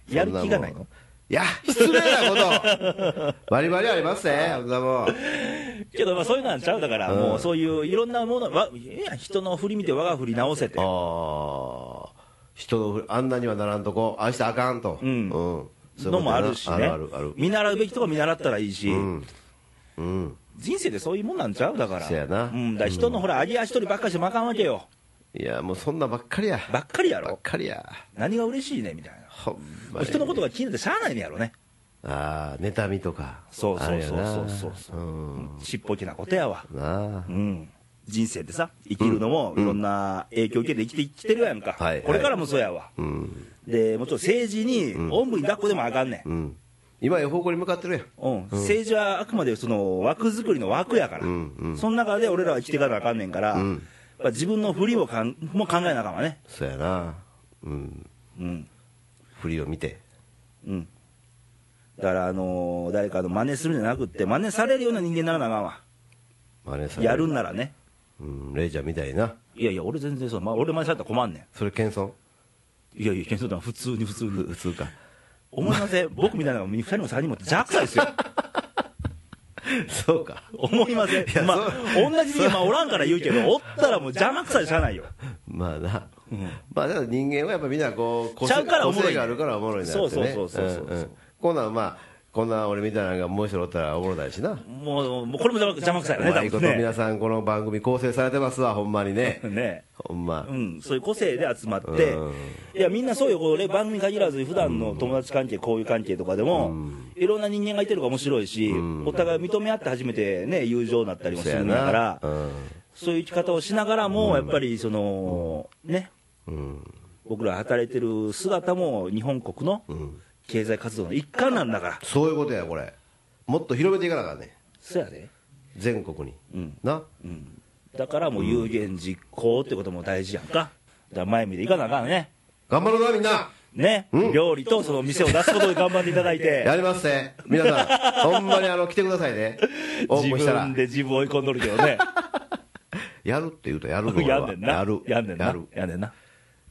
[SPEAKER 1] やる気がないの
[SPEAKER 2] いや、失礼なこと、 バリバリありますね、そんなもん
[SPEAKER 1] けど、まあ、そういうのはちゃうだから、
[SPEAKER 2] うん
[SPEAKER 1] もうそういういろんなもの、わいや人の振り見て、我が振り直せて、
[SPEAKER 2] ああ、人のふあんなにはならんとこ、ああしてあかんと、
[SPEAKER 1] うん
[SPEAKER 2] そういう
[SPEAKER 1] の
[SPEAKER 2] ことやな
[SPEAKER 1] もあるしね
[SPEAKER 2] あるあるある、、
[SPEAKER 1] 見習うべきとこ見習ったらいいし、
[SPEAKER 2] うん、うん、
[SPEAKER 1] 人生でそういうもんなんちゃうだから、
[SPEAKER 2] せやな
[SPEAKER 1] うん、だから人のほら、上げ足取りばっかりしてもあかんわけよ、
[SPEAKER 2] いや、もうそんなばっかりや、
[SPEAKER 1] ばっかりや
[SPEAKER 2] ばっ
[SPEAKER 1] ろ、
[SPEAKER 2] かりや、
[SPEAKER 1] 何が嬉しいねみたいな、
[SPEAKER 2] ほんまに
[SPEAKER 1] 人のことが気になってしゃあないねやろね、
[SPEAKER 2] ああ、妬みとか、
[SPEAKER 1] そうそうそう
[SPEAKER 2] あるよな
[SPEAKER 1] そうそうそう
[SPEAKER 2] うん、
[SPEAKER 1] ちっぽけなことやわ、
[SPEAKER 2] な
[SPEAKER 1] うん、人生でさ、生きるのもいろんな影響を受けて生きてきてるやんか、
[SPEAKER 2] はいはい
[SPEAKER 1] これからもそうやわ、
[SPEAKER 2] あ、うん、
[SPEAKER 1] でもちろん政治に、おんぶに抱っこでもあかんねん。
[SPEAKER 2] うん、今、方向に向かってるやん、
[SPEAKER 1] うん、政治はあくまでその枠作りの枠やから、
[SPEAKER 2] うんうん
[SPEAKER 1] その中で俺らは生きていかなあかんねんから、
[SPEAKER 2] うん
[SPEAKER 1] やっぱ自分の振りをかんも考えなあかんわね、
[SPEAKER 2] そうやな、うん、
[SPEAKER 1] うん
[SPEAKER 2] 振りを見て、
[SPEAKER 1] うん、だから、あのー誰かの真似するんじゃなくって、真似されるような人間にならなあかんわ、
[SPEAKER 2] 真似され
[SPEAKER 1] やるんならね、
[SPEAKER 2] うん、レイちゃんみたいな、
[SPEAKER 1] いやいや、俺全然そう、まあ、俺真似されたら困んね
[SPEAKER 2] それ謙遜、
[SPEAKER 1] ん、いやいや、謙遜だ、普通に普通に、
[SPEAKER 2] 普通か。
[SPEAKER 1] 思いま せん、僕みたいなのが2人も3人も邪悪さですよ、
[SPEAKER 2] そうか。
[SPEAKER 1] 思いませ
[SPEAKER 2] いや
[SPEAKER 1] ん、まあ、同じ人間、まあ、おらんから言うけど、おったらもう邪魔くさでしゃあないよ。
[SPEAKER 2] まあな。まあ、だから人間はやっぱみんなこう、個
[SPEAKER 1] ちゃうからお
[SPEAKER 2] 個
[SPEAKER 1] もろいね
[SPEAKER 2] 性があるからおもろいんだってね。
[SPEAKER 1] そうそうそうそうそうそうん
[SPEAKER 2] んこんなんまあ、こんなん俺みたいなのがもう一人おったらおもろないしな。
[SPEAKER 1] もう、もうこれも邪魔邪魔くさいよね、
[SPEAKER 2] うまい
[SPEAKER 1] 多
[SPEAKER 2] こ
[SPEAKER 1] 分
[SPEAKER 2] と
[SPEAKER 1] ね。
[SPEAKER 2] 皆さんこの番組構成されてますわ、ほんまにね。
[SPEAKER 1] ね
[SPEAKER 2] ほんま
[SPEAKER 1] う。ん、そういう個性で集まって
[SPEAKER 2] うん、
[SPEAKER 1] いや、みんなそうよ、これ、番組に限らず、普段の友達関係、交友関係とかでも、いろんな人間がいてるから面白いし、お互い認め合って初めてね、友情になったりもす
[SPEAKER 2] そう
[SPEAKER 1] る
[SPEAKER 2] や
[SPEAKER 1] んだか
[SPEAKER 2] な
[SPEAKER 1] ら。、
[SPEAKER 2] うん。
[SPEAKER 1] そういう生き方をしながらも、やっぱり、その、ね、
[SPEAKER 2] うん。
[SPEAKER 1] 僕ら働いてる姿も、日本国の経済活動の一環なんだから、
[SPEAKER 2] そういうことや、これ。もっと広めていかなあかんね。
[SPEAKER 1] そうやで。
[SPEAKER 2] 全国に。
[SPEAKER 1] うん
[SPEAKER 2] な。
[SPEAKER 1] うんだからもう有言実行ってことも大事やんか。だから前見ていかなあかんね。
[SPEAKER 2] 頑張ろうな、みんな。
[SPEAKER 1] ね、
[SPEAKER 2] うん
[SPEAKER 1] 料理とその店を出すことで頑張っていただいて、
[SPEAKER 2] やりますね。皆 さん、ほんまにあの、来てくださいね。オープン
[SPEAKER 1] 自
[SPEAKER 2] したら
[SPEAKER 1] 分。で自分を追い込んどるけどね、
[SPEAKER 2] やるって言うとやるの
[SPEAKER 1] やんねんな、
[SPEAKER 2] やる。
[SPEAKER 1] やんねん
[SPEAKER 2] や
[SPEAKER 1] な
[SPEAKER 2] る、
[SPEAKER 1] やんねんな、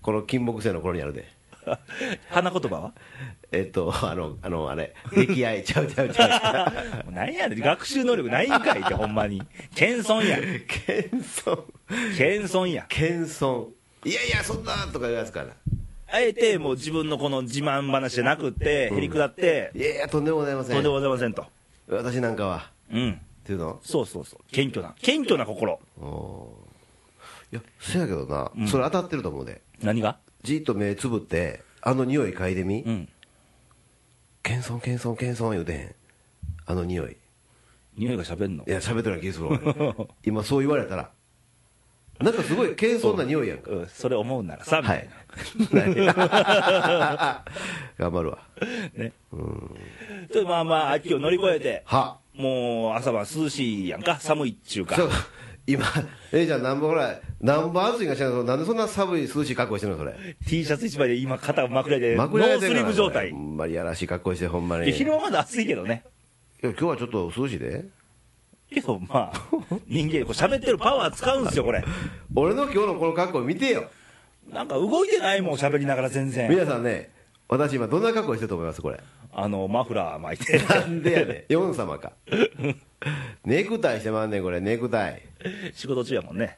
[SPEAKER 2] この金木犀の頃にやるで。
[SPEAKER 1] 花言葉は
[SPEAKER 2] えっと、あの、あの、あれ、溺愛ちゃうちゃうちゃう。
[SPEAKER 1] もうなんやねん、学習能力ないんかいって、ほんまに、謙遜や、
[SPEAKER 2] 謙遜。
[SPEAKER 1] 謙遜や、
[SPEAKER 2] 謙遜。いやいや、そんなとか言うやつから。
[SPEAKER 1] あえてもう自分のこの自慢話じゃなくって、へりくだって、
[SPEAKER 2] いやいや、とんでもございませ
[SPEAKER 1] とん
[SPEAKER 2] ん
[SPEAKER 1] で。ございませんと、
[SPEAKER 2] 私なんかは。
[SPEAKER 1] うん、
[SPEAKER 2] っていうの
[SPEAKER 1] そうそうそう、謙虚な、謙虚な心、
[SPEAKER 2] おーいや、せやけどな、それ当たってると思うで。
[SPEAKER 1] 何が
[SPEAKER 2] じーっと目つぶって、あの匂い嗅いでみ
[SPEAKER 1] う。ん、
[SPEAKER 2] 謙遜、謙遜、謙遜言うてへん。あの匂い。
[SPEAKER 1] 匂いがしゃべんの
[SPEAKER 2] い、や、喋ってるような気するわ俺今そう言われたら、なんかすごい謙遜な匂いやんか。
[SPEAKER 1] うんそれ思うならさ、み
[SPEAKER 2] は
[SPEAKER 1] たい
[SPEAKER 2] い
[SPEAKER 1] な。。
[SPEAKER 2] 頑張るわ。
[SPEAKER 1] ね。ちょっとまあまあ、秋を乗り越えて、
[SPEAKER 2] は。
[SPEAKER 1] もう朝晩涼しいやんか、寒いっちゅうか
[SPEAKER 2] そ。う今、えじゃん、なんぼぐらい、なんぼ暑いんか知らんけど、なんでそんな寒い、涼しい格好してんの、それ。
[SPEAKER 1] T シャツ一枚で今、肩枕で、ノ
[SPEAKER 2] まくられ
[SPEAKER 1] ー
[SPEAKER 2] て
[SPEAKER 1] ス
[SPEAKER 2] ん
[SPEAKER 1] リ
[SPEAKER 2] か
[SPEAKER 1] ー
[SPEAKER 2] な
[SPEAKER 1] ブ状態
[SPEAKER 2] ほ。んまにやらしい格好して、ほんま
[SPEAKER 1] い
[SPEAKER 2] に。
[SPEAKER 1] や
[SPEAKER 2] い
[SPEAKER 1] 昼
[SPEAKER 2] や、
[SPEAKER 1] 間まだ暑いけどね。
[SPEAKER 2] 今日はちょっと涼しいで。
[SPEAKER 1] けど まあ、人間、こう喋ってるパワー使うんですよ、これ。
[SPEAKER 2] 俺の今日のこの格好見てよ。
[SPEAKER 1] なんか動いてないもん、喋りながら全然。
[SPEAKER 2] 皆さんね、私今どんな格好してると思いますこれ。
[SPEAKER 1] あの、マフラー巻いて。
[SPEAKER 2] なんでやね ん。ヨン様か。ネクタイしてまんねん、これ、ネクタイ。
[SPEAKER 1] 仕事中やもんね。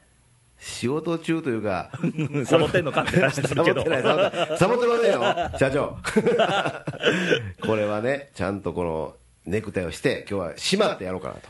[SPEAKER 2] 仕事中というか、
[SPEAKER 1] サボってんのかって話して
[SPEAKER 2] サ
[SPEAKER 1] る
[SPEAKER 2] ボ
[SPEAKER 1] け
[SPEAKER 2] っ
[SPEAKER 1] ど
[SPEAKER 2] て。ない、サボってないサボってませんよ、社長。 これはね、ちゃんとこのネクタイをして、今日は締まってやろうかなと。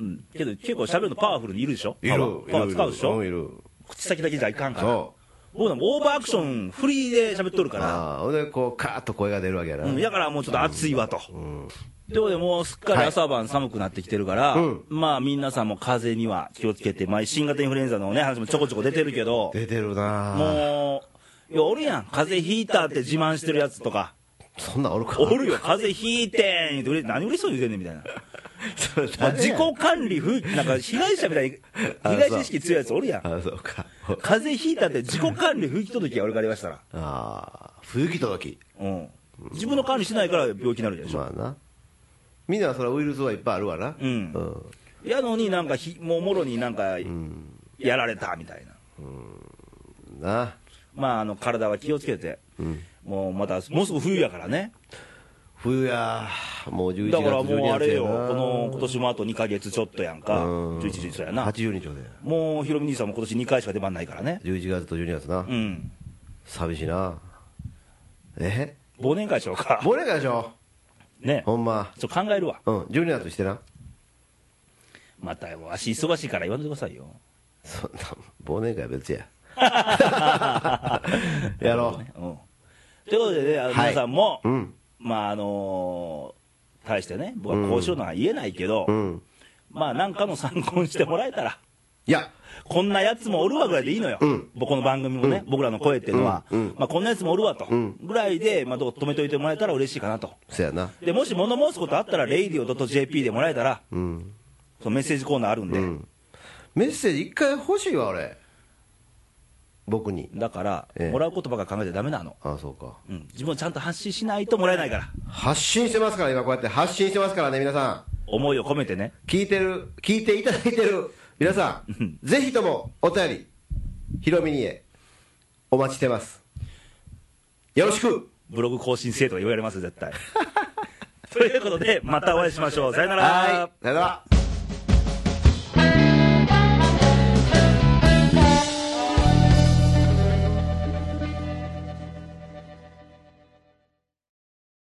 [SPEAKER 1] うんけど結構喋るのパワフルにいるでしょ
[SPEAKER 2] いる
[SPEAKER 1] パワ、ーパワー使うでし
[SPEAKER 2] いる
[SPEAKER 1] ょ
[SPEAKER 2] いるうんいる。
[SPEAKER 1] 口先だけじゃいかんから。
[SPEAKER 2] そ
[SPEAKER 1] 僕なんかオーバーアクション、フリーで喋っとる
[SPEAKER 2] う。
[SPEAKER 1] か
[SPEAKER 2] ああ、ほんで、こう、カーッと声が出るわけやな。
[SPEAKER 1] ら、うん、だからもうちょっと暑いわと。ということで、もうすっかり朝晩寒くなってきてるから、
[SPEAKER 2] うん
[SPEAKER 1] まあ皆さんも風邪には気をつけて、まあ新型インフルエンザのね、話もちょこちょこ出てるけど、
[SPEAKER 2] 出てるなぁ
[SPEAKER 1] もう、いや、おるやん。風邪ひいたって自慢してるやつとか。
[SPEAKER 2] そんなんおるか。
[SPEAKER 1] おるよ、風邪ひいてん言うて嬉し何嬉しそうに言うてんねんみたいな。
[SPEAKER 2] それ
[SPEAKER 1] まあ
[SPEAKER 2] 誰
[SPEAKER 1] 自
[SPEAKER 2] や。
[SPEAKER 1] 己管理不、なんか被害者みたいに、 被害者意識強いやつおるやん。
[SPEAKER 2] ああ、そうか。
[SPEAKER 1] 風邪ひいたって自己管理不行き届きが俺から言わ したら。
[SPEAKER 2] ああ、冬木届き。
[SPEAKER 1] うん。自分の管理してないから病気になるでしょ。
[SPEAKER 2] まあな。みんなそれウイルスはいっぱいあるわな。
[SPEAKER 1] うん
[SPEAKER 2] うん。
[SPEAKER 1] やのになんかひ、もうもろになんか、やられたみたいな。
[SPEAKER 2] な
[SPEAKER 1] まあ、あの、体は気をつけて。もうまた、もうすぐ冬やからね。
[SPEAKER 2] 冬や、もう11
[SPEAKER 1] だ
[SPEAKER 2] 月
[SPEAKER 1] からもうあれよ、こ
[SPEAKER 2] 12月やな
[SPEAKER 1] の、今年もあと2ヶ月ちょっとやんか。
[SPEAKER 2] うん
[SPEAKER 1] 11日そうやな。
[SPEAKER 2] 80日まで。
[SPEAKER 1] もう、ひろみ兄さんも今年2回しか出番ないからね。
[SPEAKER 2] 11月と12月な。
[SPEAKER 1] うん。
[SPEAKER 2] 寂しいな。え
[SPEAKER 1] 忘年会しよう か。
[SPEAKER 2] 忘年会でしょ
[SPEAKER 1] ね。
[SPEAKER 2] ほんま。
[SPEAKER 1] ちょっと考えるわ。
[SPEAKER 2] うん、12月してな。
[SPEAKER 1] また、わし忙しいから言わんでくださいよ。
[SPEAKER 2] そんな、忘年会は 別や。 やろ
[SPEAKER 1] う。ん。ということでね、あの
[SPEAKER 2] はい
[SPEAKER 1] 皆さんも、
[SPEAKER 2] う。うん。
[SPEAKER 1] まああのー、対してね、僕はこうしようのは言えないけど、
[SPEAKER 2] うん。
[SPEAKER 1] まあなんかの参考にしてもらえたら、
[SPEAKER 2] いや、
[SPEAKER 1] こんなやつもおるわぐらいでいいのよ。
[SPEAKER 2] うん
[SPEAKER 1] 僕の番組もね、僕らの声っていうのは、
[SPEAKER 2] うんうん
[SPEAKER 1] まあこんなやつもおるわと、
[SPEAKER 2] ん
[SPEAKER 1] ぐらいで、まあどう止めといてもらえたら嬉しいかなと。
[SPEAKER 2] そやな。
[SPEAKER 1] で、もし物申すことあったら、radio.jp でもらえたら、
[SPEAKER 2] うん。
[SPEAKER 1] そのメッセージコーナーあるんで、
[SPEAKER 2] うん。メッセージ一回欲しいわ、俺。僕に。
[SPEAKER 1] だから、
[SPEAKER 2] ええ
[SPEAKER 1] もらうことばっか考えちゃダメなの。
[SPEAKER 2] ああ、そうか。
[SPEAKER 1] うん、自分をちゃんと発信しないともらえないから、
[SPEAKER 2] 発信してますから、今こうやって発信してますからね、皆さ
[SPEAKER 1] 思いを込めてね。
[SPEAKER 2] ん。聞いてる、聞いていただいてる皆さん、ぜひともお便り、ひろみにへ、お待ちしてます。よろしく
[SPEAKER 1] ブログ更新せえとか言われますよ絶 対ということでまたお会いしましょうさよなら
[SPEAKER 2] はい、さよなら。
[SPEAKER 3] 「